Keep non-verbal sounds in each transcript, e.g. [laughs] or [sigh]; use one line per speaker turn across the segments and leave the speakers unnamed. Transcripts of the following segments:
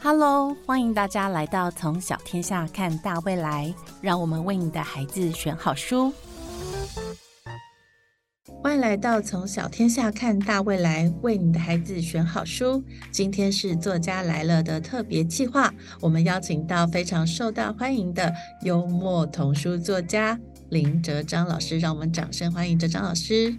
Hello，欢迎大家来到《从小天下看大未来》，让我们为你的孩子选好书。欢迎来到《从小天下看大未来》，为你的孩子选好书。今天是作家来了的特别计划，我们邀请到非常受到欢迎的幽默童书作家林哲章老师，让我们掌声欢迎哲章老师。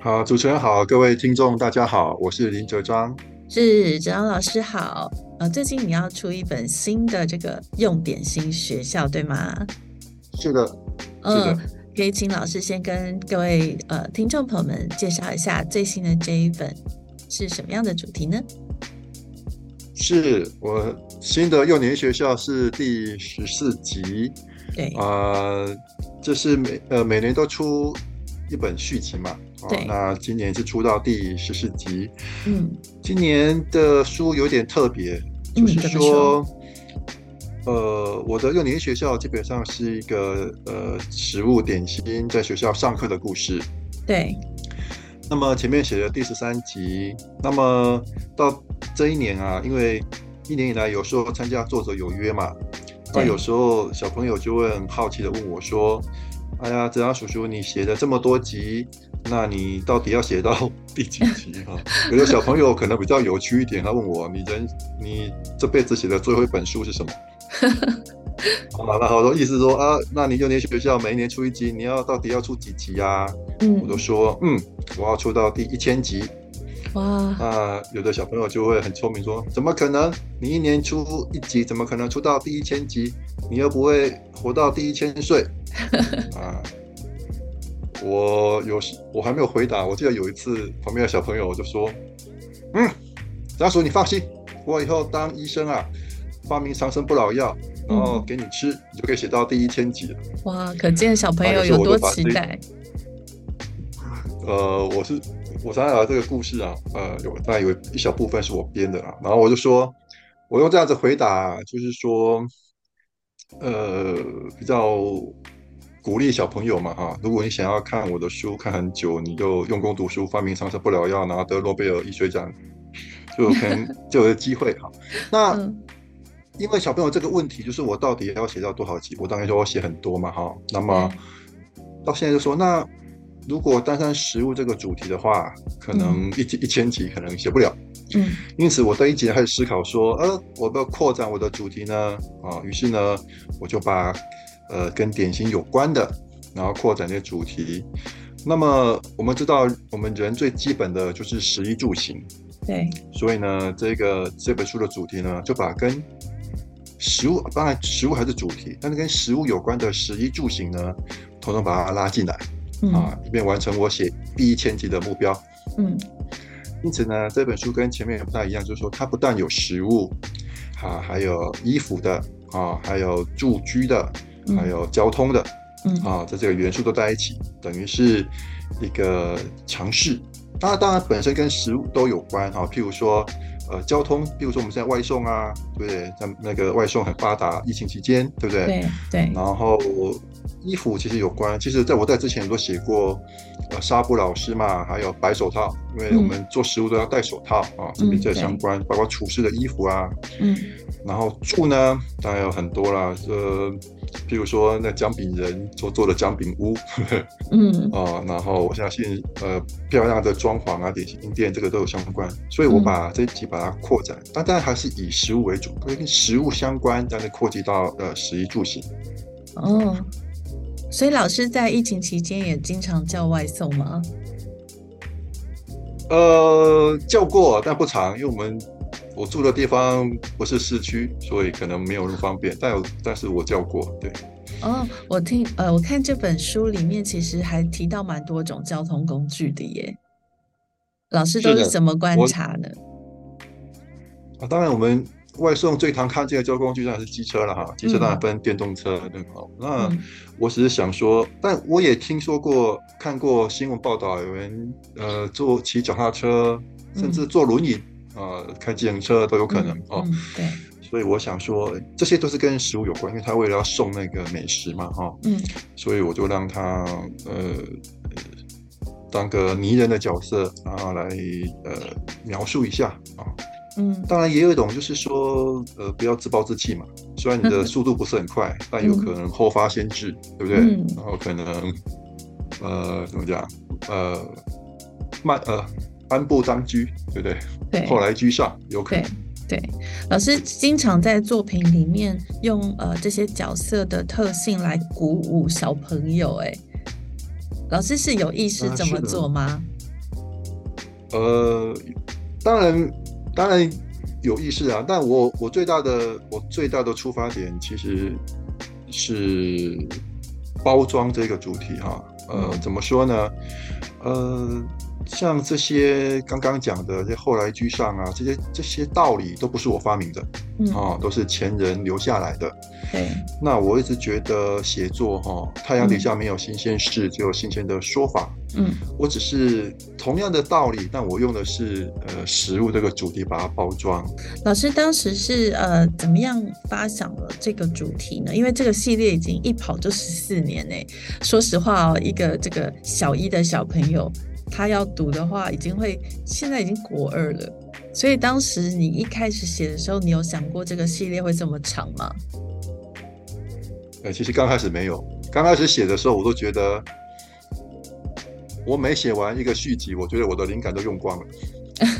好，主持人好，各位听众大家好，我是林哲章。
是哲章老师好，呃，最近你要出一本新的这个用点心学校，对吗？
是的，是的。
嗯可以请老师先跟各位呃听众朋友们介绍一下最新的这一本是什么样的主题呢？
是我新的幼年学校是第十四集，
对，
呃，这是每呃每年都出一本续集嘛，哦
对，
那今年是出到第十四集。
嗯，
今年的书有点特别，就是
怎么
说，呃，我的幼年学校基本上是一个呃食物点心在学校上课的故事。
对，
那么前面写的第十三集，那么到这一年啊，因为一年以来有时候参加作者有约嘛，那
对
有时候小朋友就会很好奇的问我说：“哎呀，泽阳叔叔，你写了这么多集，那你到底要写到第几集啊？”有的小朋友可能比较有趣一点，他问我：“你人你这辈子写的最后一本书是什么？”啊，那好多意思说啊，那你幼年学校每一年出一集，你要到底要出几集啊？我
嗯
都，说，嗯，我要出到第一千集。
哇，
那有的小朋友就会很聪明说，怎么可能？你一年出一集，怎么可能出到第一千集？你又不会活到第一千岁啊！我有时我还没有回答，我记得有一次旁边的小朋友就说，嗯，家属你放心，我以后当医生啊，发明长生不老药，然后
嗯
给你吃，你就可以写到第一千集了。
哇，可见小朋
啊
友
有时候
有
我
多
都把
期
自己
待。
呃，我是我想想这个故事啊，呃，有当然有一小部分是我编的啊，然后我就说，我用这样子回答，就是说，呃，比较鼓励小朋友嘛哈，如果你想要看我的书看很久，你就用功读书，发明长生不老药，拿得诺贝尔医学奖，就可能就有机会哈。那、
嗯，
因为小朋友这个问题，就是我到底要写到多少集？我当然说我写很多嘛，哈。那么到现在就说，那如果单单食物这个主题的话，可能一集、一千集可能写不了。
嗯，
因此我在一集开始思考说，呃，我要不要扩展我的主题呢？啊，于是呢，我就把呃跟点心有关的，然后扩展这些主题。那么我们知道，我们人最基本的就是食衣住行。
对，
所以呢，这个这本书的主题呢，就把跟食物，当然食物还是主题，但是跟食物有关的食衣住行呢，统统把它拉进来
嗯
啊，以便完成我写第一千集的目标。
嗯，
因此呢，这本书跟前面也不太一样，就是说它不但有食物，啊，还有衣服的啊，还有住居的，
嗯
还有交通的
嗯，
啊，这这个元素都在一起，等于是一个尝试。那当然本身跟食物都有关哈、譬如说呃交通，譬如说我们现在外送啊，对不对？那那个外送很发达，疫情期间，对不对？
对对，
然后衣服其实有关，其实在我在之前有都写过，呃，纱布老师嘛，还有白手套，因为我们做食物都要戴手套、啊，这边这也相关，包括厨师的衣服啊，
嗯
然后住呢，当然有很多啦，呃，譬如说那姜饼人所做的姜饼屋
嗯
啊、然后我相信呃漂亮的装潢啊、点心店这个都有相关，所以我把这一集把它扩展，但当然还是以食物为主，因为跟食物相关，但是扩及到呃食衣住行。
哦，所以老师在疫情期间也经常叫外送吗？
呃，叫过，但不常，因为我们我住的地方不是市区，所以可能没有那么方便。但有，但是我叫过，对，
哦，我听呃，我看这本书里面其实还提到蛮多种交通工具的耶。老师都
是
是
的
怎么观
我
察呢？
啊，当然我们外送最常看见的交通工具当然是机车了哈，机车
嗯
当然分电动车，对好。那、
嗯
我只是想说，但我也听说过、看过新闻报道，有人呃坐骑脚踏车，甚至坐轮椅啊、呃开自行车都有可能、
嗯
哦。
嗯对，
所以我想说，这些都是跟食物有关，因为他为了要送那个美食嘛，哈、
嗯
所以我就让他呃当个泥人的角色，然后来呃描述一下啊，
嗯
当然也有一种就是说，呃，不要自暴自弃嘛。虽然你
[laughs]
的速度不是很快，但有可能后发先至，对不对？
嗯
然后可能，呃，怎么讲？呃，慢呃，安步当居，对不对？
对。
后来居上，有可能。
对，老师经常在作品里面用呃这些角色的特性来鼓舞小朋友、欸，哎，老师是有意识
啊
这
是
么
的
做吗？
呃，当然，当然有意识啊，但我我最大的我最大的出发点其实是包装这个主题哈、呃，
嗯
怎么说呢？呃，像这些刚刚讲的这后来居上啊，这些这些道理都不是我发明的
嗯，
啊、都是前人留下来的。
对，
那我一直觉得写作哈、太阳底下没有新鲜事，只有新鲜的说法。
嗯
我只是同样的道理，但我用的是呃食物这个主题把它包装。
老师当时是呃怎么样发想了这个主题呢？因为这个系列已经一跑就十四年呢、说实话哦，一个这个小一的小朋友，他要读的话，已经会现在已经国二了。所以当时你一开始写的时候，你有想过这个系列会这么长吗？
呃，其实刚开始没有，刚开始写的时候我都觉得，我每写完一个续集，我觉得我的灵感都用光了。 [laughs]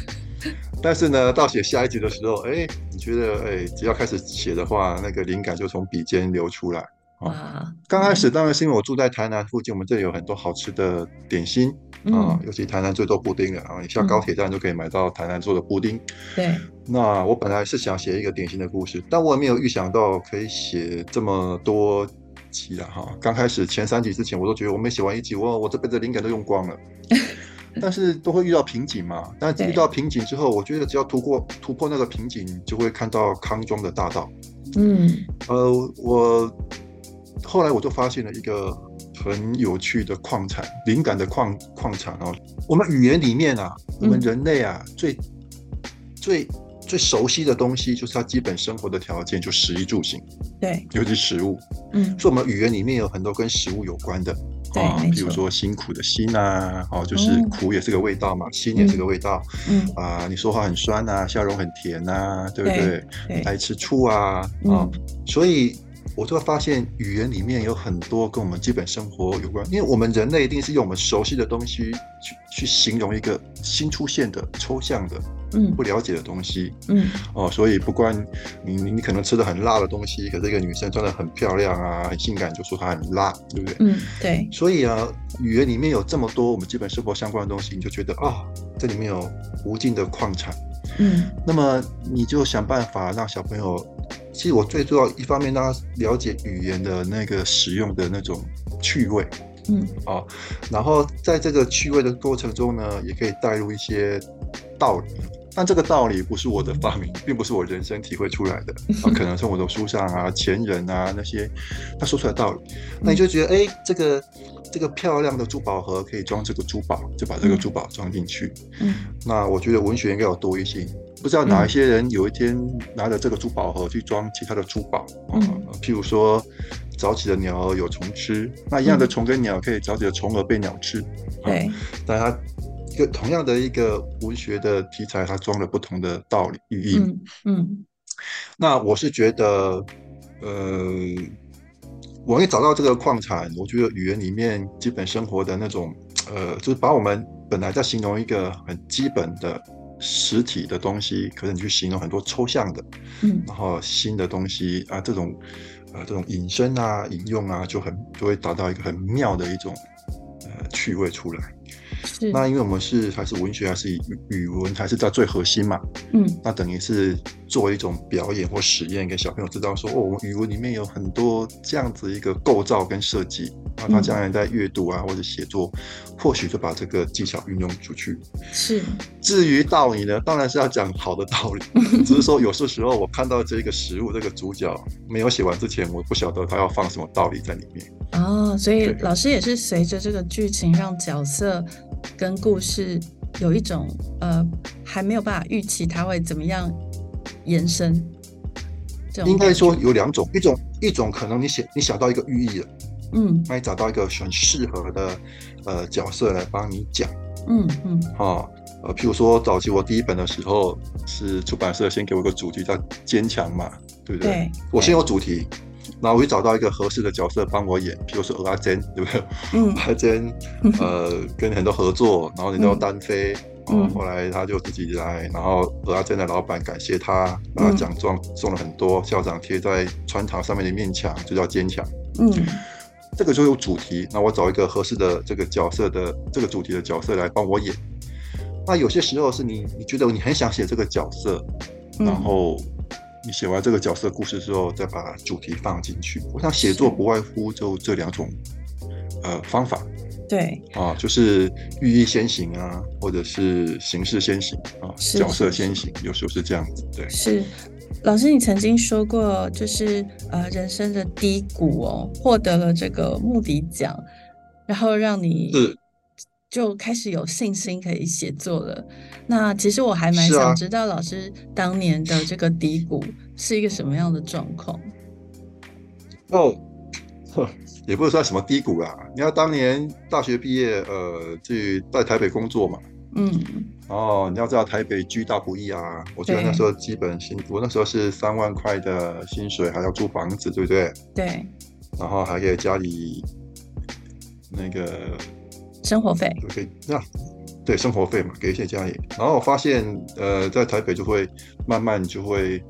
但是呢，到写下一集的时候，哎，你觉得哎，只要开始写的话，那个灵感就从笔尖流出来。哦
哇，
刚开
嗯
始当然是因为我住在台南附近，我们这里有很多好吃的点心
嗯
啊、尤其台南最多布丁了啊，你下高铁站就可以买到台南做的布丁。
对，
那我本来是想写一个典型的故事，但我也没有预想到可以写这么多集啊！哈，刚开始前三集之前，我都觉得我每写完一集，我我这辈子的灵感都用光了。但是都会遇到瓶颈嘛，但是
对
遇到瓶颈之后，我觉得只要突破突破那个瓶颈，就会看到康庄的大道。
嗯
呃，我后来我就发现了一个很有趣的矿产，灵感的矿矿产哦。我们语言里面啊，我们
嗯
人类啊，最最最熟悉的东西就是它基本生活的条件，就食衣住行，
对，
尤其食物。
嗯
所以我们语言里面有很多跟食物有关的。
对
啊
没，
比如
错
说辛苦的辛啊，哦，就是
哦
苦也是个味道嘛，辛也是个味道
嗯
啊、你说话很酸啊，笑容很甜啊，对不
对
对？
对，
爱吃醋啊啊、
嗯
所以我就会发现语言里面有很多跟我们基本生活有关，因为我们人类一定是用我们熟悉的东西去去形容一个新出现的、抽象的、
嗯
不了解的东西
嗯
哦，所以不管你你你可能吃的很辣的东西，可是一个女生穿的很漂亮啊、很性感，就说她很辣，对不对？
嗯，对，
所以啊，语言里面有这么多我们基本生活相关的东西，你就觉得啊、这里面有无尽的矿产。
嗯
那么你就想办法让小朋友，其实我最重要一方面让他了解语言的那个使用的那种趣味，
嗯
然后在这个趣味的过程中呢，也可以带入一些道理。但这个道理不是我的发明， [laughs] 并不是我人生体会出来的，啊，可能从我的书上啊、前人啊那些他说出来的道理，那你就觉得，哎、这个这个漂亮的珠宝盒可以装这个珠宝，就把这个珠宝装进去。
嗯
那我觉得文学应该有多一些，不知道哪一些人有一天拿着这个珠宝盒去装其他的珠宝，
嗯
啊譬如说早起的鸟儿有虫吃，那一样的虫跟鸟可以早起的虫儿被鸟吃，
对，
但它一个同样的一个文学的题材，它装了不同的道理寓意。
嗯嗯
那我是觉得，呃，我也找到这个矿产，我觉得语言里面基本生活的那种，呃，就是把我们本来在形容一个很基本的实体的东西，可能你去形容很多抽象的，
嗯
然后新的东西啊，这种，呃，这种引申啊、引用啊，就很就会达到一个很妙的一种。呃，趣味出来。
是，
那因为我们是还是文学，还是语语文，还是在最核心嘛。
嗯
那等于是作为一种表演或实验，给小朋友知道说，哦，我们语文里面有很多这样子一个构造跟设计，那他将来在阅读啊或者写作，或许就把这个技巧运用出去。
是，
至于道理呢，当然是要讲好的道理，只是说有些时候我看到这个食物这个主角没有写完之前，我不晓得他要放什么道理在里面。
哦，所以
对
老师也是随着这个剧情，让角色跟故事有一种呃还没有办法预期它会怎么样延伸。这种
应该
感觉
说，有两种，一种一种可能你写你想到一个寓意了，
嗯
那你找到一个很适合的呃角色来帮你讲。
嗯嗯
哦，呃，譬如说早期我第一本的时候，是出版社先给我一个主题叫坚强嘛，对不对？
对，
我先有主题，然后我去找到一个合适的角色帮我演，譬如说阿珍，对不对？ [laughs]
嗯 [laughs]
阿珍呃跟很多合作，然后人都单飞。
嗯
哦，后来他就自己来，然后阿珍的老板感谢他，把他
嗯
奖状送了很多，校长贴在穿堂上面的面墙，就叫坚强。
嗯
这个就有主题，那我找一个合适的这个角色的这个主题的角色来帮我演。那有些时候是你你觉得你很想写这个角色，
嗯，
然后你写完这个角色故事之后，再把主题放进去。我想写作
是
不外乎就这两种呃方法
对
啊，就是寓意先行啊，或者是形式先行啊，
是
角色
是
先行，有时候是这样子。对，
是。老师，你曾经说过，就是呃，人生的低谷哦，获得了这个穆迪奖，然后让你
是
就开始有信心可以写作了。那其实我还蛮
是啊
想知道老师当年的这个低谷是一个什么样的状况。
哦，呵也不是说什么低谷啦、你看当年大学毕业，呃，去在台北工作嘛，
嗯，
哦，你要知道台北居大不易啊！我记得
对
那时候基本薪，我那时候是三万块的薪水，还要租房子，对不对？
对，
然后还给家里那个
生活费，
就可以那、对生活费嘛，给一些家里。然后我发现，呃，在台北就会慢慢就会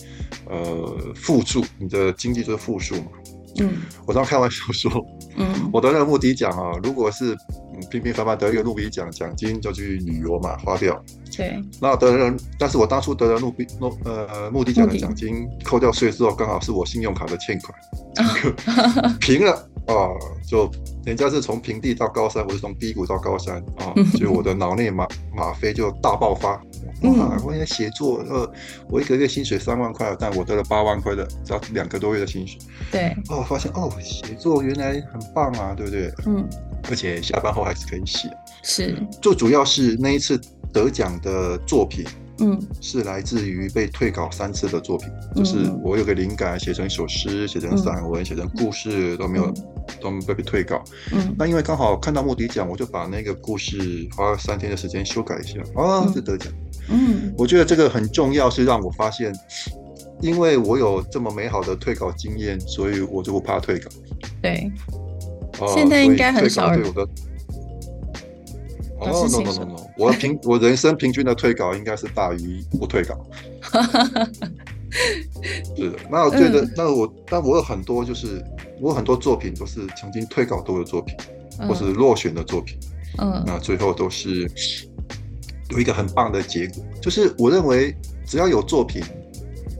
呃负数，你的经济就是负数嘛。
嗯
我当时开玩笑说，
嗯，
我得了穆迪奖啊，如果是嗯平平凡凡得一个诺贝尔奖奖金，就去旅游嘛，花掉。
对，
那得了，但是我当初得了诺比诺呃穆迪奖
穆
的
迪
奖金，扣掉税之后，刚好是我信用卡的欠款， [laughs] 平了啊、就人家是从平地到高山，我是从低谷到高山啊、
嗯
所以我的脑内吗吗啡就大爆发。哇
嗯！
我也写作，呃，我一个月薪水三万块，但我得了八万块的，只要两个多月的薪水。
对，
哦，发现哦，写作原来很棒啊，对不对？
嗯，
而且下班后还是可以写。
是，
最主要是那一次得奖的作品，
嗯
是来自于被退稿三次的作品，就是
嗯
我有个灵感写成一首诗、写成散文、写成故事都没有
嗯
都没有被退稿。
嗯
那因为刚好看到莫迪奖，我就把那个故事花三天的时间修改一下，啊，
嗯
就得奖。
嗯，
我觉得这个很重要，是让我发现，因为我有这么美好的退稿经验，所以我就不怕退稿。
对，
哦
现在应该很
所以
少
退
人
稿对我的。
老师
哦、no
请
no
说
no no！我平我人生平均的退稿应该是大于不
[laughs]
退稿。是的，那我觉
嗯
得，那我但我有很多就是我有很多作品都是曾经退稿过的作品，或是落选的作品，
嗯
那最后都是有一个很棒的结果。就是我认为只要有作品，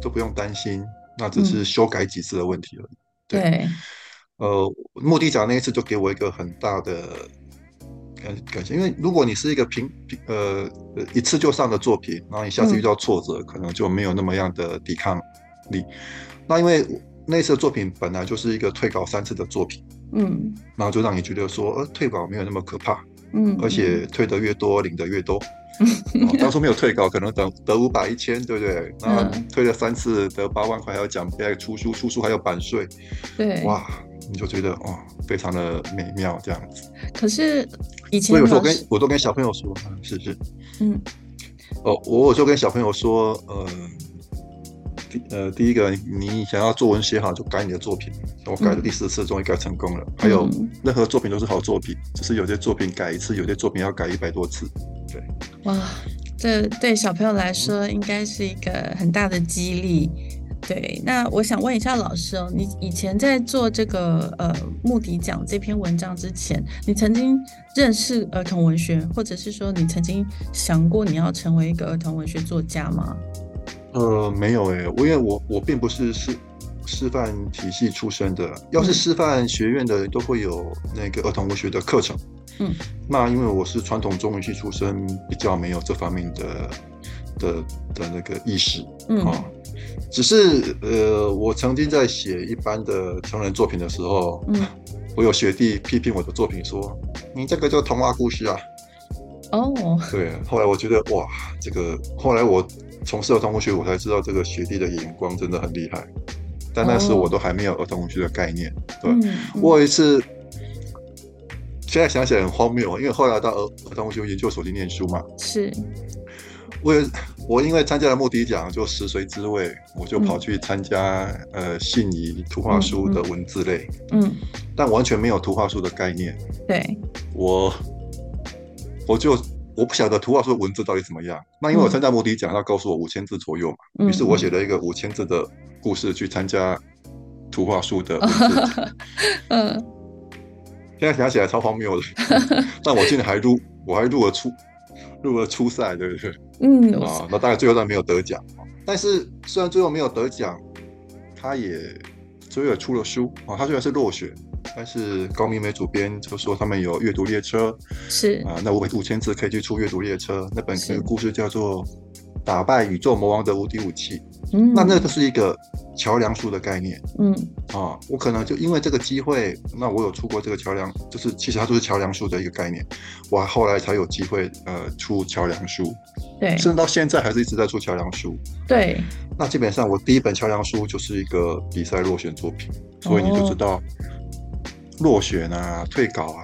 都不用担心，那
嗯
只是修改几次的问题而已。
对，
呃，莫迪奖那一次就给我一个很大的感感谢，因为如果你是一个平平呃呃一次就上的作品，然后你下次
嗯
遇到挫折，可能就没有那么样的抵抗力。那因为那次的作品本来就是一个退稿三次的作品，
嗯
然后就让你觉得说，呃，退稿没有那么可怕，
嗯，
而且退的越多，领的
[laughs]
越多。哦、当初没有退稿，可能等得五百一千，对不对？那
嗯
退了三次，得八万块，还有奖杯，还有出书，出书还有版税，
对，
哇，你就觉得哦，非常的美妙这样子。
可是以前
我有时候
老
跟
师，
我都跟小朋友说，嗯是是，
嗯
哦，我有时候跟小朋友说，呃，第呃第一个，你想要作文写好就改你的作品，我改了
嗯
第四次，终于改成功了。还有
嗯
任何作品都是好作品，只是有些作品改一次，有些作品要改一百多次。
哇，这对小朋友来说应该是一个很大的激励。对，那我想问一下老师哦，你以前在做这个呃穆迪奖这篇文章之前，你曾经认识儿童文学，或者是说你曾经想过你要成为一个儿童文学作家吗？
呃，没有诶、我因为我我并不是师师范体系出身的，要是
嗯
师范学院的都会有那个儿童文学的课程。
嗯，
那因为我是传统中文系出身，比较没有这方面的的的那个意识
嗯
啊。只是呃，我曾经在写一般的成人作品的时候，
嗯，
我有学弟批评我的作品说：“你这个就童话故事啊。”
哦，
对，后来我觉得哇，这个后来我从事儿童文学，我才知道这个学弟的眼光真的很厉害。但那时
哦
我都还没有儿童文学的概念。 [laughs] 对
嗯，
我有一次，现在想起来很荒谬，因为后来到儿儿童文学研究所去念书嘛，
是，
我也我因为参加了莫迪奖，就食髓知味，我就
嗯
跑去参加、呃信宜图画书的文字类，
嗯，
但完全没有图画书的概念。
对，
我我就我不晓得图画书的文字到底怎么样。那因为我参加摩迪奖，他告诉我五千字左右嘛，
嗯
于是我写了一个五千字的故事去参加图画书的文字
[laughs]
奖。
嗯，
现在想起来超荒谬的，
[laughs]
但我竟然还入，我还入了初入了初赛，对不对？
嗯，我
啊，那当然最后但没有得奖。但是虽然最后没有得奖，他也最后也出了书啊，他虽然是落选，但是高明美主编就说他们有阅读列车，
是
啊，那五百五千字可以去出阅读列车，那本
是
那个故事叫做《打败宇宙魔王的无敌武器》，
嗯，
那那就是一个桥梁书的概念
嗯
啊。我可能就因为这个机会，那我有出过这个桥梁，就是其实它就是桥梁书的一个概念，我后来才有机会呃出桥梁书，
对
甚至到现在还是一直在出桥梁书。
对
那基本上我第一本桥梁书就是一个比赛落选作品，所以你就知
哦
道。落选啊，退稿啊，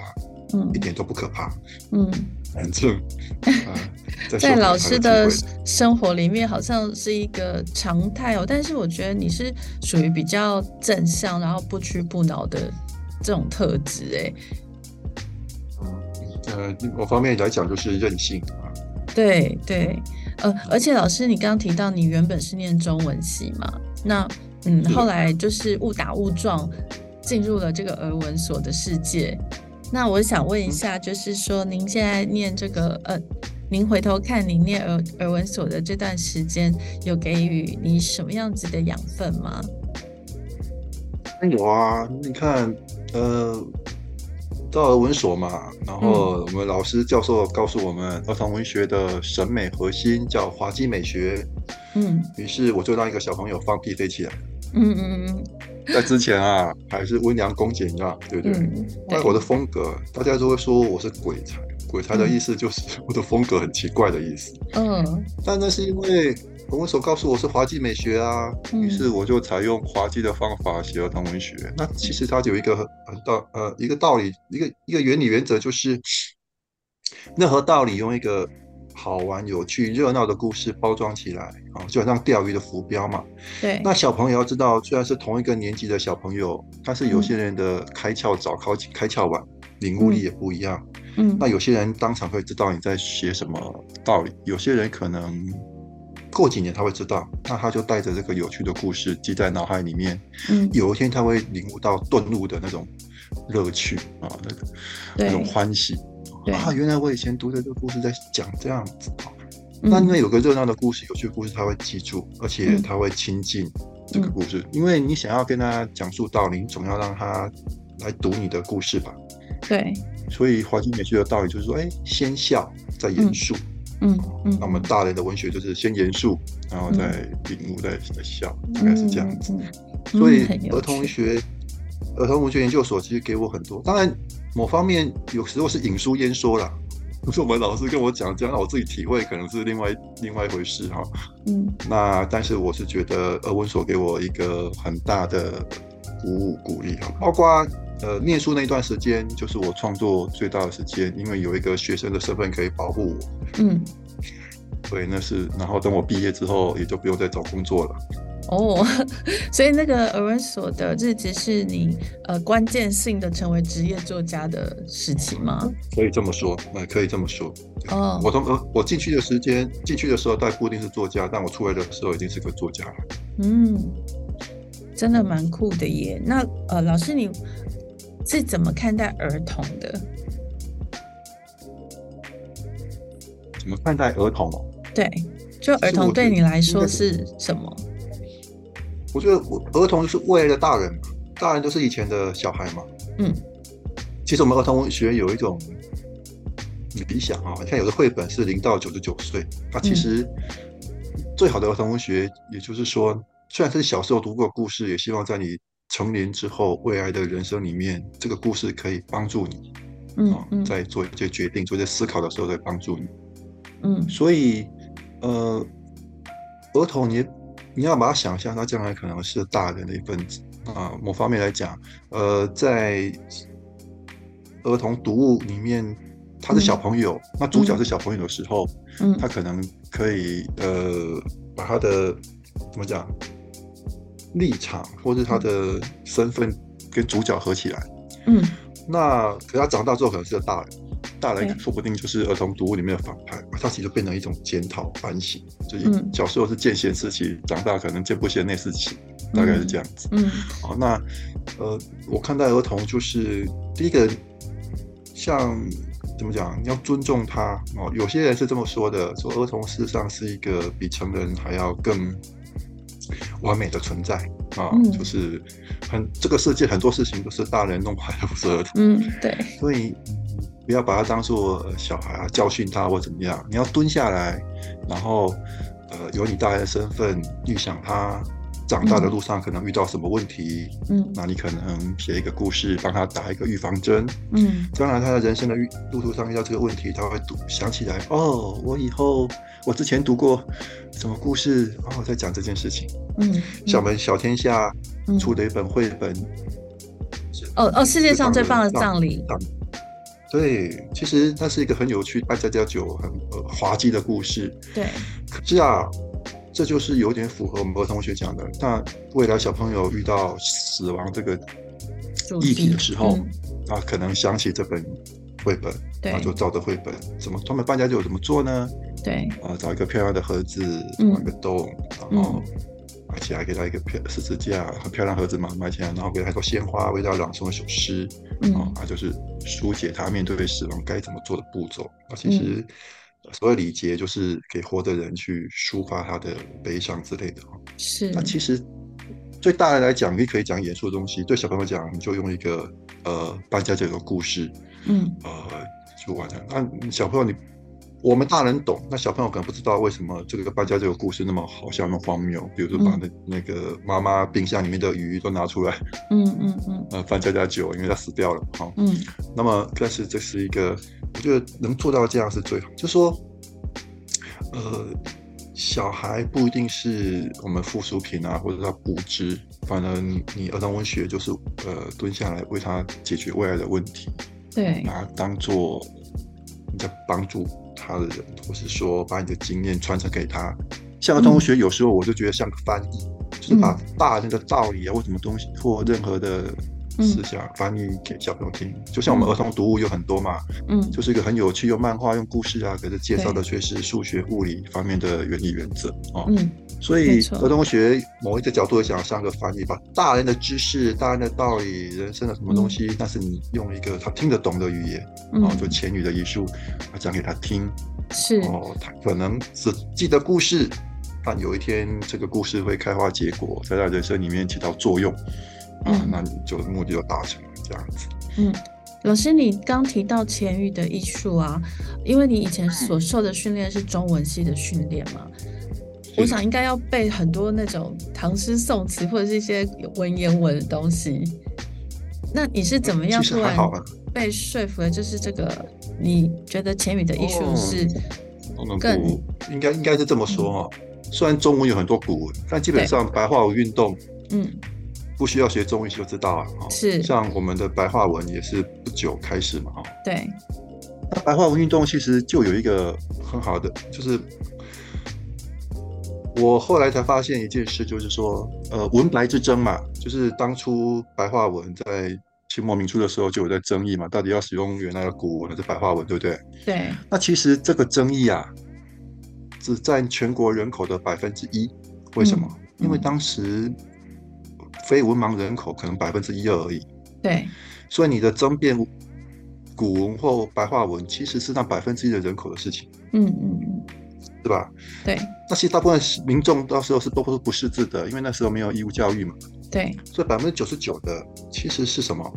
嗯
一点都不可怕，
嗯，
反
[laughs]
正，啊
在
再说不定
老
还有
师
机
的
会
生活里面好像是一个常态哦，但是我觉得你是属于比较正向，然后不屈不挠的这种特质，哎，
呃，某方面来讲就是任性啊。
对对，呃，而且老师，你刚刚提到你原本是念中文系嘛？那嗯，
是
后来就是误打误撞进入了这个俄文所的世界。那我想
嗯
问一下，就是说您现在念这个呃，您回头看您念俄俄文所的这段时间，有给予你什么样子的养分吗？
那有啊，你看，呃，到了文所嘛，然
嗯
后我们老师教授告诉我们，儿童文学的审美核心叫滑稽美学。
嗯
于是我就让一个小朋友放屁飞起来，
嗯嗯嗯
在之前啊，还是温良恭俭让，对不对？
嗯，
那、我的风格，大家都会说我是鬼才，鬼才的意思就是 [laughs] 我的风格很奇怪的意思。
嗯
但那是因为我文所告诉我是滑稽美学啊，
嗯
于是我就采用滑稽的方法写儿童文学。那其实它有一个很很道呃一个道理，一个一个原理原则就是，任何道理用一个好玩、有趣、热闹的故事包装起来啊，就好像钓鱼的浮标嘛。
对，
那小朋友要知道，虽然是同一个年级的小朋友，但是有些人的开窍早、开开窍晚，领悟力也不一样。
嗯
那有些人当场会知道你在写什么道理，有些人可能过几年他会知道，那他就带着这个有趣的故事记在脑海里面，
嗯
有一天他会领悟到顿悟的那种乐趣啊，那个
对
那种欢喜
对
啊，原来我以前读的这个故事在讲这样子啊，
嗯
那因为有个热闹的故事、有趣的故事，他会记住，而且
嗯
他会亲近这个故事，因为你想要跟他讲述道理，你总要让他来读你的故事吧。
对
所以滑稽美学的道理就是说，哎，先笑，再严肃。
嗯嗯，
那我们大人的文学就是先严肃，然后再领悟，再再笑，大概是这样子。
嗯，嗯嗯
所以
很有
儿童文
趣
学、儿童文学研究所其实给我很多，当然某方面有时候是引书焉说啦。 [laughs] 就是我们老师跟我讲这样，我自己体会可能是另外另外一回事哈。
嗯。
那但是我是觉得俄文所给我一个很大的鼓舞鼓励啊，包括呃念书那段时间，就是我创作最大的时间，因为有一个学生的身份可以保护我，
嗯，
所以那是然后等我毕业之后，也就不用再找工作了。
哦，所以那个俄文所的日子是你呃关键性的成为职业作家的时期吗？
可以这么说，那可以这么说。
哦，
我从呃我进去的时间，进去的时候但不一定是作家，但我出来的时候已经是个作家了。
嗯，真的蛮酷的耶。那呃，老师你是怎么看待儿童的？
怎么看待儿童哦？
对，就
其
儿
实
童
我
对
觉得
你来
应
说
该
是什么？
我觉得我儿童就是未来的大人嘛，大人就是以前的小孩嘛。
嗯，
其实我们儿童文学有一种理想啊，你看有的绘本是零到九十九岁，那其实
嗯
最好的儿童文学，也就是说，虽然是小时候读过的故事，也希望在你成年之后未来的人生里面，这个故事可以帮助你啊
嗯，嗯
在做一些决定、做一些思考的时候，再帮助你。
嗯
所以，呃，儿童你你要把它想象，他将来可能是大人的一份子啊、某方面来讲，呃，在儿童读物里面他是小朋友，那主角是小朋友的时候，
嗯
他可能可以呃把他的怎么讲立场或是他的身份跟主角合起来。
嗯
那可他长大之后可能是个大人，大人
对
说不定就是儿童读物里面的反派，他其实变成一种检讨反省，就是
嗯
小时候是见贤思齐，长大可能见不贤内思齐，大概是这样子。
嗯
好，那呃，我看待儿童就是第一个，像怎么讲，你要尊重他哦。有些人是这么说的，说儿童事实上是一个比成人还要更完美的存在啊，
嗯
就是很这个世界很多事情都是大人弄坏了，不是儿童，
嗯，对，
所以。不要把他当做呃小孩啊，教训他或怎么样。你要蹲下来，然后，呃，有你大人的身份，预想他长大的路上可能遇到什么问题，
嗯
那你可能写一个故事，帮他打一个预防针。
嗯
将来他的人生的遇路途上遇到这个问题，他会读想起来，哦，我以后我之前读过什么故事，哦，在讲这件事情。
嗯，
小门小天下
嗯
出的一本绘本，
哦哦，世界上最棒的葬礼，
对，其实那是一个很有趣、爱家家酒很、呃、滑稽的故事。
对，
可是啊，这就是有点符合我们儿童学讲的。那未来小朋友遇到死亡这个
主
议题
题
的时候，
嗯
啊，可能想起这本绘本，
对
那啊就照着绘本怎么他们搬家就怎么做呢？
对，
啊，找一个漂亮的盒子，
嗯
找一个洞，然后买起来给他一个漂十字架，很漂亮盒子嘛，买起来，然后给他一朵鲜花，为他朗诵一首诗，啊
嗯，
啊，就是疏解他面对死亡该怎么做的步骤。啊，其实所谓礼节，就是给活的人去抒发他的悲伤之类的。啊
是，
那其实对大人来讲，你可以讲严肃的东西；对小朋友讲，你就用一个呃搬家这个故事，
嗯
呃，就完成。那小朋友你，我们大人懂，那小朋友可能不知道为什么这个搬家这个故事那么好笑，那么荒谬。比如说把那、那个妈妈冰箱里面的鱼都拿出来，
嗯嗯嗯
呃，搬家家酒，因为它死掉了嘛哈、
嗯
那么，但是这是一个，我觉得能做到这样是最好。就说，呃，小孩不一定是我们附属品啊，或者他补知，反正你你儿童文学就是呃蹲下来为他解决未来的问题，
对嗯
把，他当做你在帮助他的人，或是说把你的经验传承给他。
嗯
像儿童文学有时候我就觉得像个翻译，就是把大人的道理啊或什么东西或任何的
嗯
思想翻译给小朋友听。就像我们儿童读物有很多嘛，
嗯
就是一个很有趣，用漫画、用故事啊，可是介绍的却是数学、物理方面的原理原则哦。
嗯
所
没
以
错
儿童学某一个角度想像个翻译，把大人的知识、大人的道理、人生的什么东西，但是你用一个他听得懂的语言，哦，就
嗯，
前语的艺术，啊讲给他听，
是，
哦，他可能只记得故事，但有一天这个故事会开花结果，在他人生里面起到作用，啊
嗯，
那你就目的就达成了这样子。
嗯，老师，你刚提到前语的艺术啊，因为你以前所受的训练是中文系的训练嘛，我
是
想应该要背很多那种唐诗宋词或者是一些文言文的东西。那你是怎么样
其实
突
还
然
好啊吧
被说服的？就是这个，你觉得前语的艺术
哦
是
我们
更
古应该应该是这么说哦，虽然中文有很多古文，但基本
对
上白话文运动
嗯
不需要学中文就知道啊。哦
是
像我们的白话文也是不久开始嘛，哦，
对
那白话文运动其实就有一个很好的，就是我后来才发现一件事，就是说，呃，文白之争嘛，就是当初白话文在清末民初的时候就有在争议嘛，到底要使用原来的古文还是白话文，对不对？
对
那其实这个争议啊，只占全国人口的百分之一。为什么？
嗯
因为当时非文盲人口可能百分之一而已，
对
所以你的争辩古文或白话文，其实是那百分之一的人口的事情，
嗯嗯嗯
是吧？
对
那其实大部分民众到时候是都是不识字的，因为那时候没有义务教育嘛，
对
所以百分之九十九的其实是什么？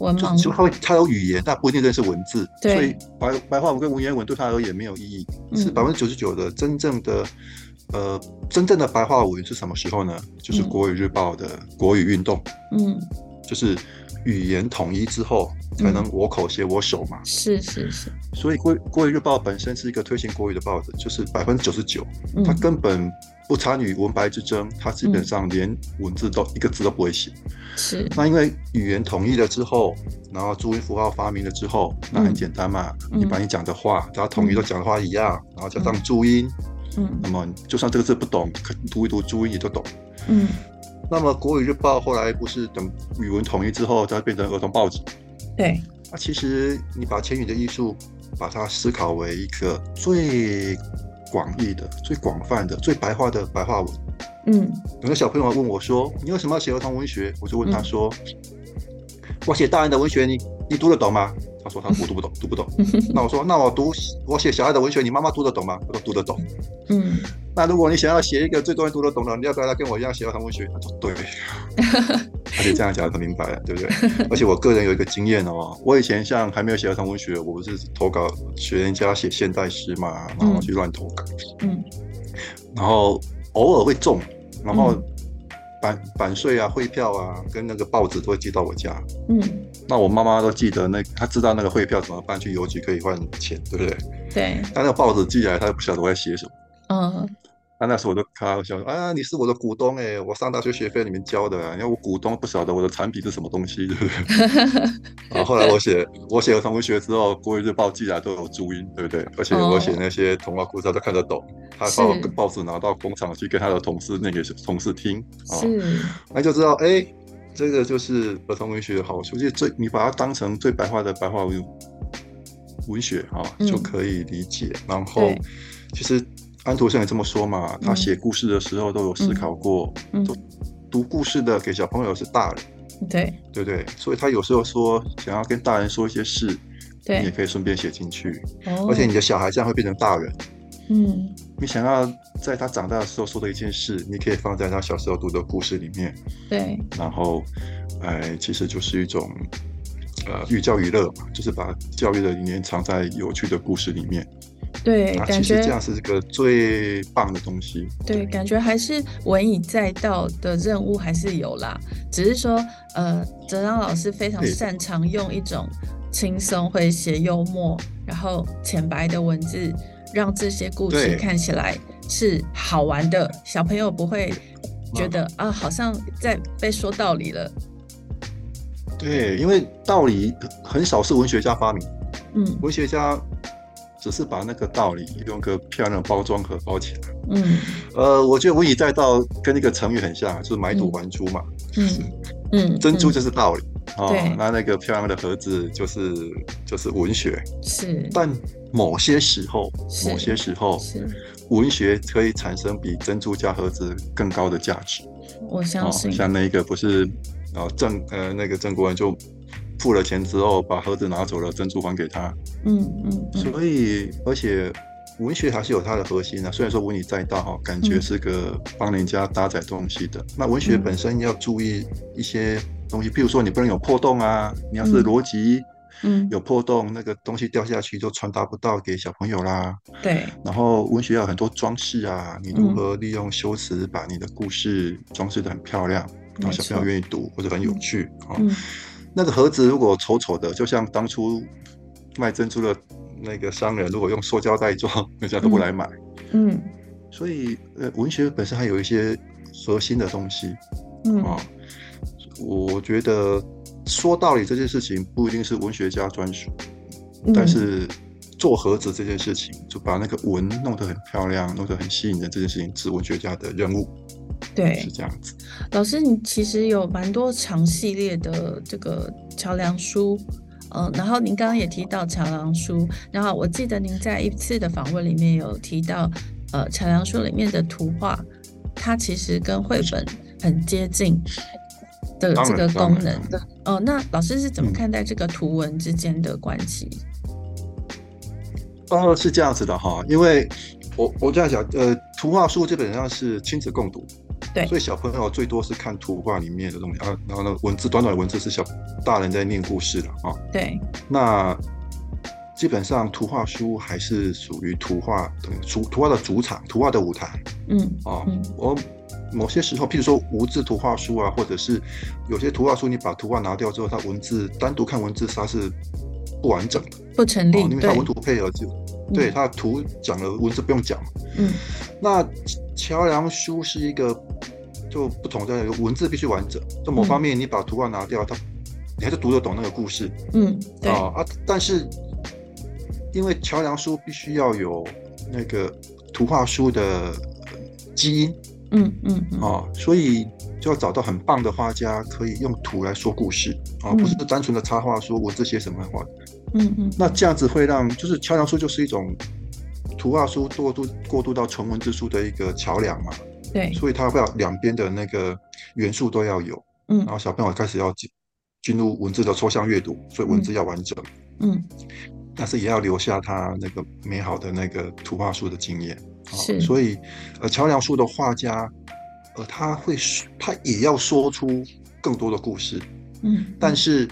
文
就就
盲
他会他有语言，但不一定认识文字，
嗯对
所以白白话文跟文言文对他而言没有意义。
嗯
是百分之九十九的真正的，呃，真正的白话文是什么时候呢？就是
嗯
国语日报的国语运动，
嗯
就是语言统一之后才
嗯
能我口写我手嘛。
是是是
所以国国语日报本身是一个推行国语的报纸，就是百分之九十九，
嗯
它根本不参与文白之争，他基本上连文字都、一个字都不会写。
是，
那因为语言统一了之后，然后注音符号发明了之后，那很简单嘛，
嗯
你把你讲的话，大家统一都讲的话一样，然后加上注音，
嗯
那么就算这个字不懂，可读一读注音也都懂。
嗯，
那么《国语日报》后来不是等语文统一之后，它变成儿童报纸。
对，
那其实你把千语的艺术，把它思考为一个最广义的、最广泛的、最白话的白话文。
嗯
有个小朋友问我说：“你为什么要写儿童文学？”我就问他说：“我写大人的文学，你你读得懂吗？”他说：“他我读不懂，读不懂。
嗯哼”
那我说：“那我读我写小孩的文学，你妈妈读得懂吗？”他说：“读得懂。”
嗯，
那如果你想要写一个最多人读得懂的，你要不要来跟我一样写儿童文学？他说对，而且这样 [laughs] 讲他明白了，对不对？而且我个人有一个经验哦，我以前像还没有写儿童文学，我不是投稿学人家写现代诗嘛，然后去乱投稿，
嗯
然后偶尔会中，然后
嗯
版版税啊、汇票啊，跟那个报纸都会寄到我家。
嗯，
那我妈妈都记得那，她知道那个汇票怎么办，去邮局可以换钱，对不对？
对，
但那个报纸寄来，她又不晓得我在写什么。
嗯
那那时候我就开玩笑说啊，你是我的股东哎、我上大学学费你们交的、啊，因为我股东不晓得我的产品是什么东西，对 [laughs] 不对？然后后来我写我写儿童文学之后，《国语日报》寄来都有注音，对不对？而且
哦
我写那些童话故事他都看得懂，他把我
是
报纸拿到工厂去跟他的同事那个同事听啊，
是，
那就知道哎、这个就是儿童文学的好处，就是最你把它当成最白话的白话文文学啊、
嗯
就可以理解。然后
对
其实安徒生也这么说嘛，他
嗯
写故事的时候都有思考过，
嗯
都读故事的给小朋友是大人，
对
对不对？所以他有时候说想要跟大人说一些事，你也
对，
可以顺便写进去，
哦
而且你的小孩这样会变成大人。
嗯
你想要在他长大的时候说的一件事，你可以放在他小时候读的故事里面，
对，
然后，呃，其实就是一种呃寓教于乐嘛，就是把教育的理念藏在有趣的故事里面
对，
啊。
感
其实
觉
这样是一个最棒的东西。
对，感觉还是文以载道的任务还是有啦，只是说，呃，哲章老师非常
对
擅长用一种轻松、诙谐、幽默，然后浅白的文字，让这些故事
对
看起来是好玩的，小朋友不会觉得啊，好像在被说道理了。
对，因为道理很少是文学家发明，
嗯
文学家只是把那个道理用个漂亮的包装盒包起来。
嗯
呃，我觉得“文以载道”跟那个成语很像，啊就是买椟
嗯
还珠嘛，
嗯嗯，
珍珠
嗯
就是道理。哦
对，
那那个漂亮的盒子就是就是文学，
是
但某些时候，
是
某些时候，
是，
文学可以产生比珍珠加盒子更高的价值。
我相信，
像那一个不是，呃，郑呃那个郑国人就付了钱之后，把盒子拿走了，珍珠还给他。
嗯嗯嗯，
所以，而且文学还是有它的核心啊。虽然说文以载道哈，感觉
嗯
是个帮人家搭载东西的。那文学
嗯
本身要注意一些东西，譬如说你不能有破洞啊，你要是
嗯
逻辑。
嗯
有破洞，那个东西掉下去就传达不到给小朋友啦。
对，
然后文学要有很多装饰啊，你如
嗯
何利用修辞把你的故事装饰得很漂亮，
没
让哦小朋
错
友，愿意读或者很有趣啊、
嗯
那个盒子如果丑丑的，就像当初卖珍珠的那个商人，如果用塑胶袋装，人家都不来买。
嗯
所以呃，文学本身还有一些核心的东西
嗯
啊、我觉得说道理这件事情不一定是文学家专属。
嗯，
但是做盒子这件事情，就把那个文弄得很漂亮，弄得很吸引人，这件事情是文学家的任务，
对
是，这样子。
老师，你其实有蛮多长系列的这个桥梁书，呃，然后您刚刚也提到桥梁书，然后我记得您在一次的访问里面有提到，呃，桥梁书里面的图画，它其实跟绘本很接近的
当
这
然
个
当
功能
然当然
的。哦、那老师是怎么
嗯
看待这个图文之间的关系？
哦，是这样子的哈，因为我我这样讲，呃，图画书基本上是亲子共读，
对
所以小朋友最多是看图画里面的东西啊，然后呢，文字短短的文字是小大人在念故事的啊，
对，
那。基本上图画书还是属于图画等于主图画的主场，图画的舞台。
嗯
啊、
嗯
我某些时候，譬如说无字图画书啊，或者是有些图画书，你把图画拿掉之后，它文字单独看文字它是不完整的，
不成
哦
立，
因为它
对嗯
文图配合就对它的图讲了，文字不用讲嘛。
嗯
那桥梁书是一个就不同的文字必须完整，就某方面你把图画拿掉，它你还是读得懂那个故事
嗯，对，
啊啊！但是因为桥梁书必须要有那个图画书的基因
嗯嗯嗯，
啊，所以就要找到很棒的画家，可以用图来说故事啊，
嗯
不是单纯的插画说我这些什么画，
嗯嗯，
那这样子会让就是桥梁书就是一种图画书过渡过渡到纯文字书的一个桥梁嘛，
对，
所以它会要两边的那个元素都要有，
嗯
然后小朋友开始要进进入文字的抽象阅读，所以文字要完整，
嗯，
但是也要留下他那个美好的那个图画书的经验。啊
是
所以呃，桥梁书的画家，呃，他会说他也要说出更多的故事，
嗯，
但是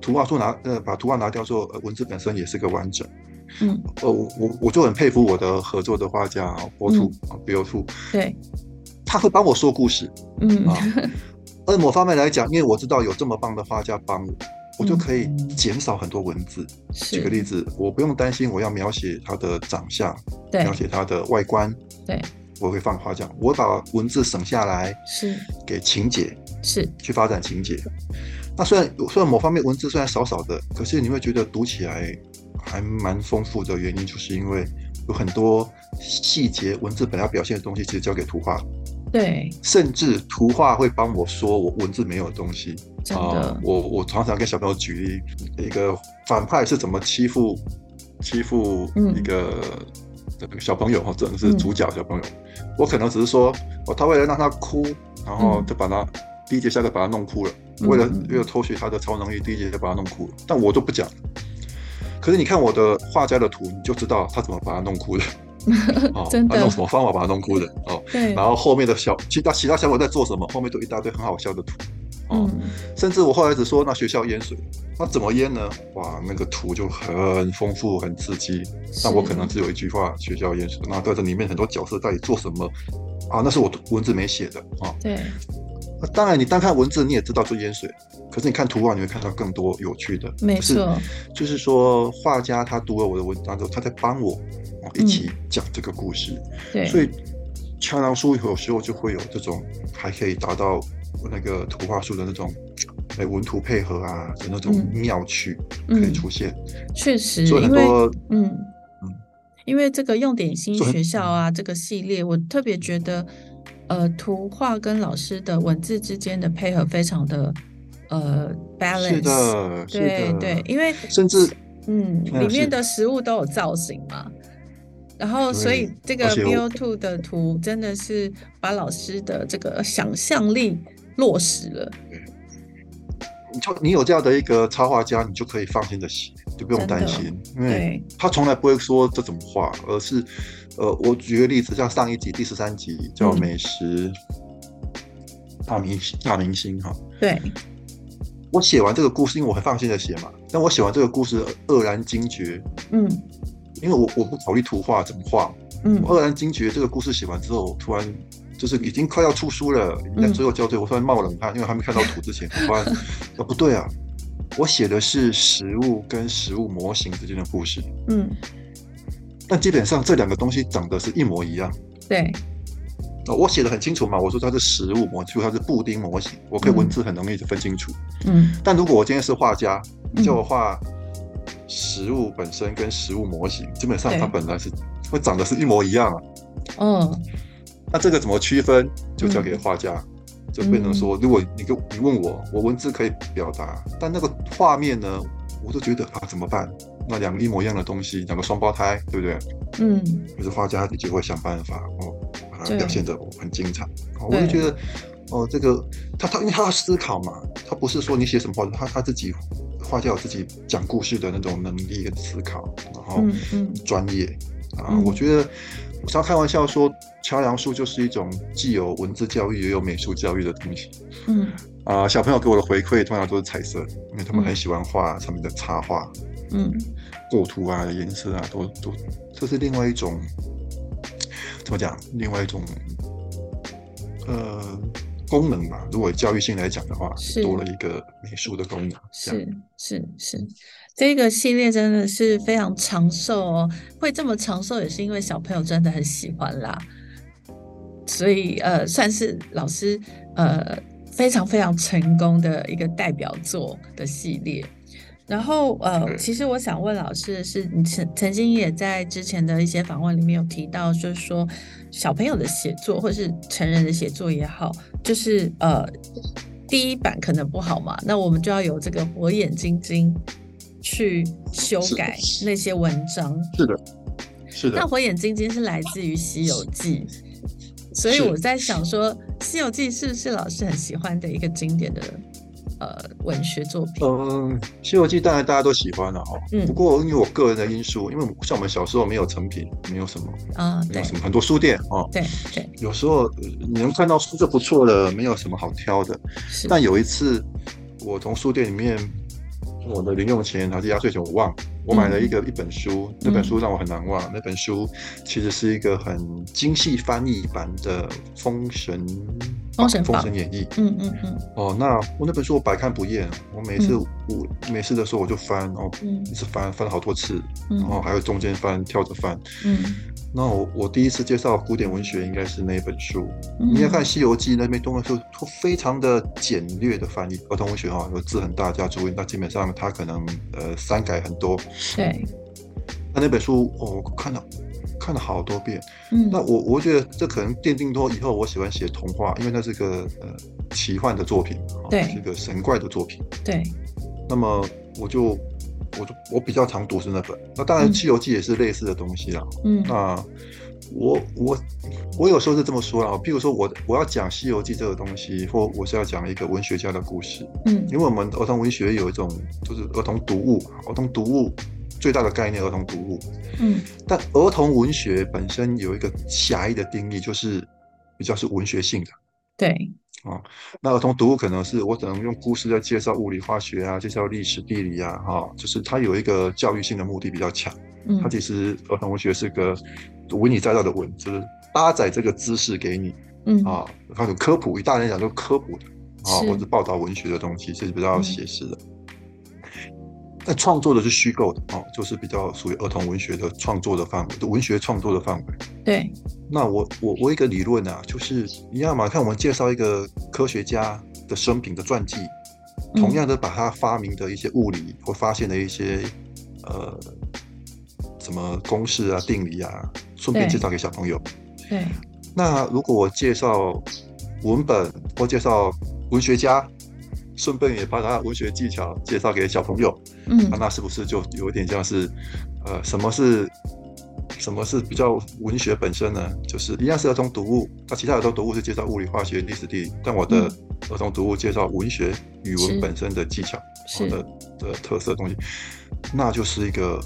图画书拿呃把图画拿掉之后，呃文字本身也是个完整。
嗯，
呃，我我我就很佩服我的合作的画家啊，波兔
嗯
啊，比如兔，
对，
他会帮我说故事
嗯
啊。而某方面来讲，因为我知道有这么棒的画家帮我，我就可以
嗯
减少很多文字。
[laughs] 是，
举个例子，我不用担心我要描写他的长相，
对
描，写他的外观，
对，
我会放画像，我把文字省下来
是
给情节
是，
去发展情节。那虽然虽然某方面文字虽然少少的，可是你会觉得读起来还蛮丰富的原因，就是因为有很多细节文字本来要表现的东西，其实交给图画，
对，
甚至图画会帮我说我文字没有的东西
真的，
啊我我常常跟小朋友举例，一个反派是怎么欺负欺负
嗯
一个。这个小朋友哦哈，真的是
嗯
主角小朋友。我可能只是说，哦，他为了让他哭，然后
嗯
就把他、第一节下课把他弄哭了。
嗯
为了
嗯
为了偷取他的超能力，第一节就把他弄哭了，但我就不讲。可是你看我的画家的图，你就知道他怎么把他弄
[laughs]
哭的哦，
真的
他用什么方法把他弄哭的哦。
对，
然后后面的小其他其他小伙在做什么，后面就一大堆很好笑的图哦。
嗯，
甚至我后来只说那学校淹水，那怎么淹呢？哇，那个图就很丰富很刺激。那我可能只有一句话：学校淹水。那在这里面很多角色到底做什么啊？那是我文字没写的啊。哦
对，
那当然，你单看文字你也知道是淹水，可是你看图画，你会看到更多有趣的。
没错，
就是，就是说画家他读了我的文章之后，他在帮我哦一起讲这个故事，
对，
所以桥梁书有时候就会有这种，还可以达到那个图画书的那种。哎，文图配合啊的那种
嗯
妙趣可以
嗯，
出现，
确实，
所以
因
很
为
多
嗯
嗯，
因为这个用点心
就很
学校啊，这个系列，我特别觉得，呃，图画跟老师的文字之间的配合非常的呃 balance。
是，的，是
对
的，
对，，因为
甚至
嗯，
嗯
里面
是
的食物都有造型嘛。然后，所以
对
这
而
个
且
b o
我
Two 的图真的是把老师的这个想象力落实了，
你就你有这样的一个插画家，你就可以放心的写，就不用
真的
担心，因为
对，
他从来不会说这种话，而是，呃，我举个例子，像上一集第十三集叫
嗯
美食、大明星大明星哈，
对，
我写完这个故事，因为我很放心的写嘛，但我写完这个故事愕然惊觉，
嗯
因为我我不考虑图画怎么画，
嗯，
我愕然惊觉这个故事写完之后，我突然。就是已经快要出书了，在
嗯
最后校对，我突然冒冷汗，因为还没看到图之前，
[laughs]
我突然，啊不对啊，我写的是食物跟食物模型之间的故事，
嗯，
但基本上这两个东西长得是一模一样。
对，
哦，我写的很清楚嘛，我说它是食物模，就它是布丁模型，我可以
嗯
文字很容易就分清楚。
嗯
但如果我今天是画家，
嗯
叫我画食物本身跟食物模型，基本上
对
它本来是会长得是一模一样啊。
哦，
那这个怎么区分，就交给画家，
嗯
就变成说，如果你跟你问我，我文字可以表达，但那个画面呢，我都觉得啊怎么办？那两个一模一样的东西，两个双胞胎，对不对？
嗯。
可是画家你就会想办法哦，把它
对
表现得很精彩。哦我
对
就觉得哦，这个他他因为他要思考嘛，他不是说你写什么话，他他自己画家有自己讲故事的那种能力跟思考，然后
嗯嗯
专业啊、
嗯
我觉得我常开玩笑说，桥梁术就是一种既有文字教育也有美术教育的东西。
嗯
啊、小朋友给我的回馈通常都是彩色，因为他们
嗯
很喜欢画上面的插画，
嗯，
构图啊、颜色啊，都都，这是另外一种怎么讲？另外一种呃功能吧。如果以教育性来讲的话，
是
多了一个美术的功能。这样嗯
是是是，这个系列真的是非常长寿哦。会这么长寿，也是因为小朋友真的很喜欢啦。所以呃，算是老师呃非常非常成功的一个代表作的系列。然后呃，
对
其实我想问老师的是，你曾曾经也在之前的一些访问里面有提到，就是说小朋友的写作，或是成人的写作也好，就是呃第一版可能不好嘛，那我们就要有这个火眼金睛去修
是
改那些文章。
是的，是的
那。火眼金睛是来自于《西游记》，所以
是
我在想说，《西游记》是不是老师很喜欢的一个经典的呃文学作品？
嗯，《西游记》当然大家都喜欢了哦。
嗯
不过因为我个人的因素，因为像我们小时候没有成品，没有什么，
啊，
没
对
有什么很多书店哦。
对对，
有时候呃你能看到书就不错了，没有什么好挑的。
是
但有一次，我从书店里面，我的零用钱还是压岁钱，我忘了，我买了一个、一本书，那本书让我很难忘。那本书其实是一个很精细翻译版的《封神
封神
封
榜
神演义》
嗯嗯嗯
哦。那我那本书我百看不厌，我每次、我没事的时候我就翻哦，一
嗯
直翻翻了好多次，然后
嗯
还有中间翻跳着翻。
嗯，
那我我第一次介绍古典文学应该是那一本书，
嗯
你要看《西游记》那边东西，都非常的简略的翻译。儿童文学啊哈、有字很大加注音，那基本上它可能呃删改很多。
对，
那那本书、哦、我看了看了好多遍。
嗯
那我我觉得这可能奠定说以后我喜欢写童话，因为它是个呃奇幻的作品，哦
对
是个神怪的作品。
对，
那么我就我就我比较常读是那本。那当然，
嗯
《西游记》也是类似的东西啊啦。
嗯
那我我我有时候是这么说啦，比如说我我要讲《西游记》这个东西，或我是要讲一个文学家的故事，
嗯
因为我们儿童文学有一种就是儿童读物，儿童读物最大的概念儿童读物，
嗯
但儿童文学本身有一个狭义的定义，就是比较是文学性的。
对，
那儿童读物可能是我只能用故事在介绍物理、化学啊，介绍历史、地理啊，哈、就是它有一个教育性的目的比较强。
嗯
它其实儿童文学是个文以载道的文，就是搭载这个知识给你
嗯
啊，它有科普，一大人讲就科普的啊，
是嗯
或者报道文学的东西，这是比较写实的。那创作的是虚构的哦，就是比较属于儿童文学的创作的范围，就文学创作的范围。
对，
那我我我有一个理论啊，就是你要嘛看我们介绍一个科学家的生平的传记，
嗯
同样的把他发明的一些物理或发现的一些呃什么公式啊、定理啊，顺便
对
介绍给小朋友。
嗯对
那如果我介绍文本或介绍文学家，顺便也把他的文学技巧介绍给小朋友，
嗯
啊，那是不是就有点像是，呃，什么是什么是比较文学本身呢？就是一样是儿童读物，那其他儿童读物是介绍物理、化学、历史、地理，但我的儿童读物介绍文学、语
嗯是
文本身的技巧、
是
的的特色东西，那就是一个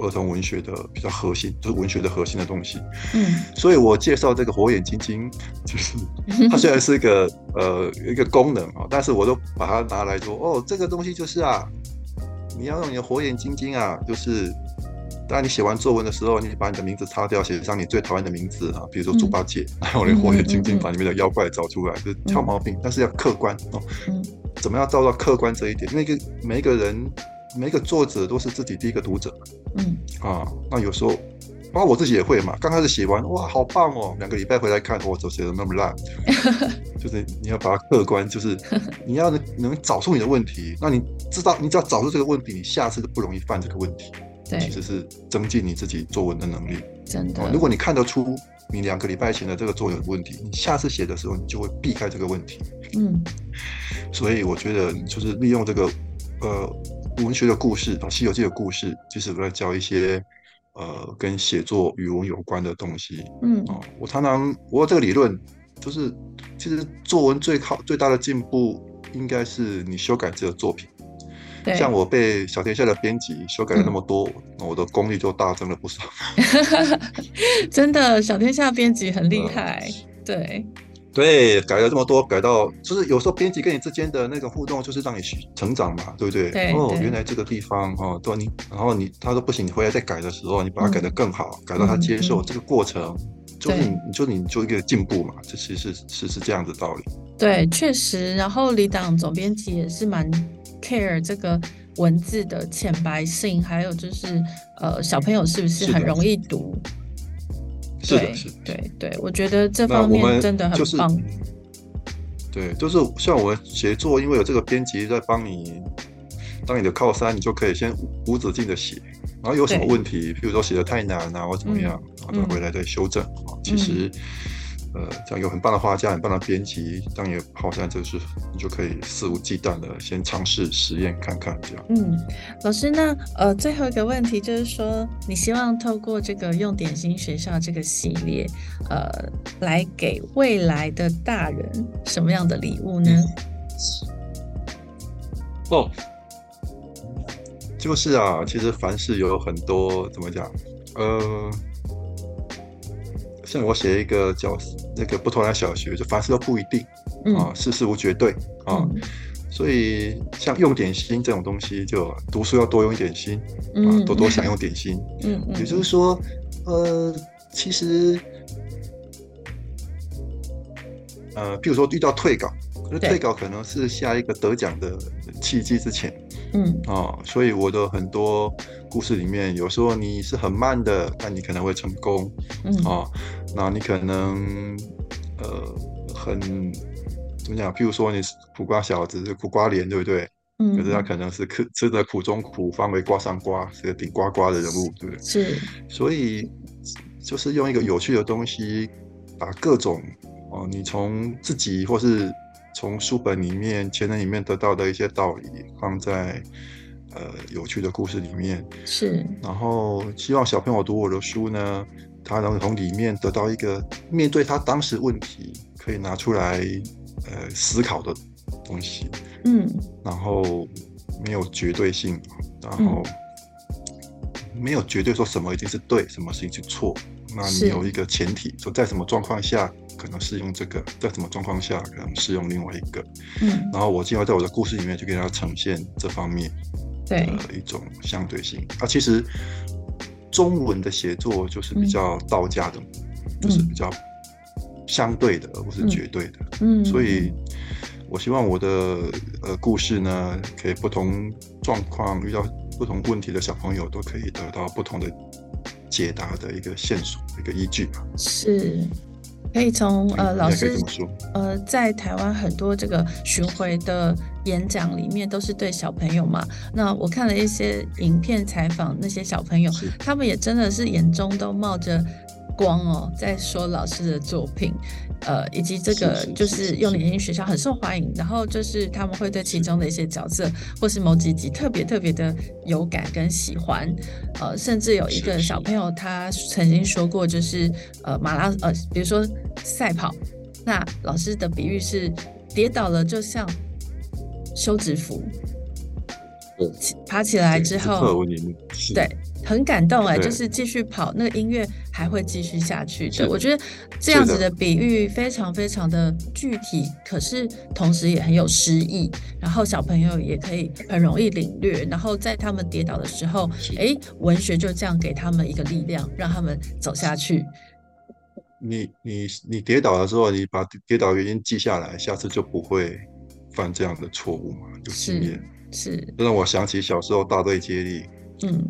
儿童文学的比较核心，就是文学的核心的东西。
嗯
所以我介绍这个火眼金睛，就是它虽然是一个呃一个功能啊、哦，但是我都把它拿来说，哦，这个东西就是啊，你要用你的火眼金睛啊，就是当你写完作文的时候，你把你的名字擦掉，写上你最讨厌的名字啊，比如说猪八戒，然后我的火眼金睛把里面的妖怪找出来，就是挑毛病，但是要客观哦，
嗯
怎么样照到客观这一点？因为一个每一个人，每一个作者都是自己第一个读者。
嗯
啊，那有时候，包括我自己也会嘛。刚开始写完，哇，好棒哦！两个礼拜回来看，哦我怎么写的那么烂？就是你要把它客观，就是 [laughs] 你要能能找出你的问题。那你知道，你只要找出这个问题，你下次就不容易犯这个问题。其
对，
实是增进你自己作文的能力。
真
啊
的，
如果你看得出你两个礼拜前的这个作文有问题，你下次写的时候，你就会避开这个问题。
嗯
所以我觉得就是利用这个呃文学的故事啊，《西游记》的故事，就是我在教一些呃跟写作语文有关的东西
嗯
哦。我常常我有这个理论，就是其实作文最靠最大的进步应该是你修改自己的作品。
对，
像我被小天下的编辑修改了那么多，那我的功力就大增了不少。
真的小天下编辑很厉
嗯
害，对，
对，改了这么多，改到就是有时候编辑跟你之间的那个互动，就是让你学成长嘛，对不对？
对
哦，
对
原来这个地方哦，对你，然后你他说不行，你回来再改的时候，你把它改得更好，改到他接受
嗯
这个过程，就是
对
你你就你就一个进步嘛，这其实是是是这样的道理。
对，确实。然后李党总编辑也是蛮 care 这个文字的浅白性，还有就是呃，小朋友是不是
是
很
的
容易读？
是的
对
是的
对对，我觉得这
那
方
我
面
们
真的
就
很
是
棒。
对，就是像我们写作，因为有这个编辑在帮你当你的靠山，你就可以先无无止境的写，然后有什么
对
问题，譬如说写的太难啊，或怎么样，然后
嗯
再回来再修正。啊其实，呃，这样有很棒的画家，很棒的编辑，当你的靠山就是你就可以肆无忌惮的先尝试实验看看，这样。
嗯，老师，那呃，最后一个问题就是说，你希望透过这个用点心学校这个系列，呃，来给未来的大人什么样的礼物呢？
哦，就是啊，其实凡事有很多怎么讲，呃，像我写一个角色，那个不同的小学，就凡事都不一定
嗯
啊，事事无绝对啊，
嗯
所以像用点心这种东西，就读书要多用一点心啊
嗯，，
多多享用点心。
嗯， [laughs] 嗯
也就是说，呃，其实，呃，譬如说遇到退稿，可是
对
退稿可能是下一个得奖的契机之前
嗯
哦，所以我的很多故事里面，有时候你是很慢的，但你可能会成功
嗯
哦，那你可能呃很怎么讲？譬如说你是苦瓜小子，是苦瓜脸，对不对？
嗯，
可是他可能是吃吃得苦中苦，方为瓜上瓜，是个顶呱呱的人物，对不对？
是
所以就是用一个有趣的东西，把各种哦，你从自己或是从书本里面、前人里面得到的一些道理，放在呃有趣的故事里面，
是，
然后希望小朋友读我的书呢，他能从里面得到一个面对他当时问题可以拿出来呃思考的东西。
嗯
然后没有绝对性，然后
嗯
没有绝对说什么一定是对，什么事情是错。那
是
你有一个前提，说在什么状况下可能适用这个，在什么状况下可能适用另外一个。
嗯，
然后我尽量在我的故事里面去给大家呈现这方面
对，
的一种相对性。啊，其实中文的写作就是
嗯
比较道家的，就是比较相对的，而不是
嗯
绝对的。
嗯，
所以我希望我的呃故事呢，给不同状况遇到不同问题的小朋友都可以得到不同的解答的一个线索、一个依据吧。
是可以从呃
应
老
该可以
师
这么说。
呃，在台湾很多这个巡回的演讲里面都是对小朋友嘛。那我看了一些影片采访那些小朋友，
是
他们也真的是眼中都冒着光哦，在说老师的作品，呃，以及这
是
个
是
就是是
是
用点心学校很受欢迎，然后就是他们会对其中的一些角色或是某几集特别特别的有感跟喜欢，呃，甚至有一
是
个
是
小朋友他曾经说过，就是呃马拉呃，比如说赛跑。那老师的比喻是跌倒了就像休止符，
嗯
起爬起来
对
之
这课
后，
文里面是
对，很感动哎、
对
就是继续跑，那个音乐还会继续下去
是
的。
的
我觉得这
是
样子
的
的比喻非常非常的具体，可是同时也很有诗意，然后小朋友也可以很容易领略，然后在他们跌倒的时候
是，
哎，文学就这样给他们一个力量，让他们走下去。
你你你跌倒的时候，你把跌跌倒原因记下来，下次就不会犯这样的错误嘛，有经
是
验。
是，
这让我想起小时候大队接力，
嗯，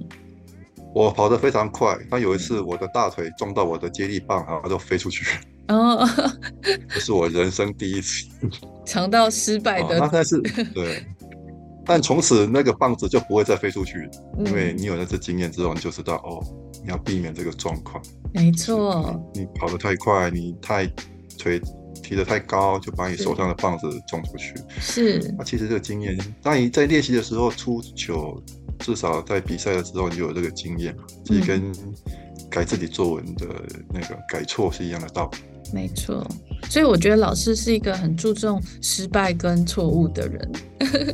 我跑得非常快，但有一次我的大腿撞到我的接力棒，然后就飞出去了。
然后
这是我人生第一次，
[laughs] 尝到失败
哦
的，
那
[laughs]
但是对，但从此那个棒子就不会再飞出去，因为
嗯
你有那次经验之后，你就知道哦，你要避免这个状况。
没
就是
错，
你你跑得太快，你太腿提得太高，就把你
是
手上的棒子撞出去。
嗯是
那其实这个经验，当你在练习的时候出球，至少在比赛的时候你就有这个经验嘛，这
嗯
跟改自己作文的那个改错是一样的道理。
没错。所以我觉得老师是一个很注重失败跟错误的人，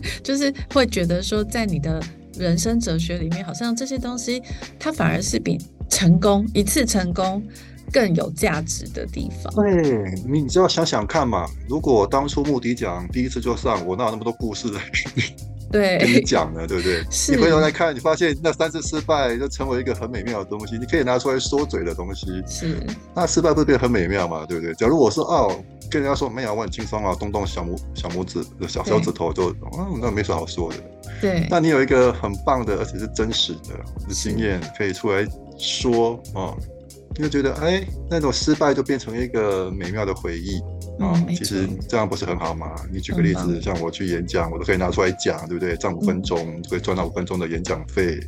[laughs] 就是会觉得说，在你的人生哲学里面，好像这些东西它反而是比成功一次成功更有价值的地方。
对，哎你只要想想看嘛，如果我当初穆迪奖第一次就上，我哪有那么多故事来 [laughs] 跟你
对，
讲呢？对不对？
是
你回头来看，你发现那三次失败就成为一个很美妙的东西，你可以拿出来说嘴的东西。
是
那失败不是变得很美妙嘛？对不对？假如我说哦，跟人家说没有，我很轻松啊，动动小拇小拇指、小小指头就，嗯，那没啥好说的。
对，
那你有一个很棒的，而且是真实的经验可以出来说哦，你就觉得哎，那种失败就变成一个美妙的回忆啊、
嗯没
其实
错
这样不是很好吗？你举个例
很
子，
棒嗯
像我去演讲，我都可以拿出来讲，对不对？站五分钟，可以赚到五分钟的演讲费，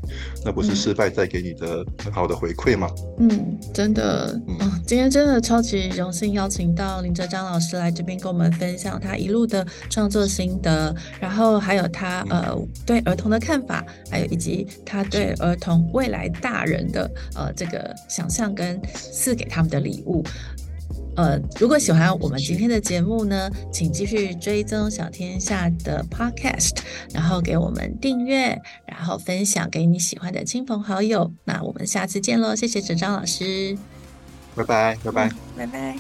那不是
嗯
失败带给你的很好的回馈吗？
嗯，真的，
嗯
哦，今天真的超级荣幸邀请到林哲章老师来这边跟我们分享他一路的创作心得，然后还有他
嗯
呃对儿童的看法，还有以及他对儿童未来大人的呃这个想象跟赐给他们的礼物。呃，如果喜欢我们今天的节目呢，请继续追踪小天下的 Podcast，然后给我们订阅，然后分享给你喜欢的亲朋好友。那我们下次见喽，谢谢哲章老师，
拜拜，拜拜。
拜拜。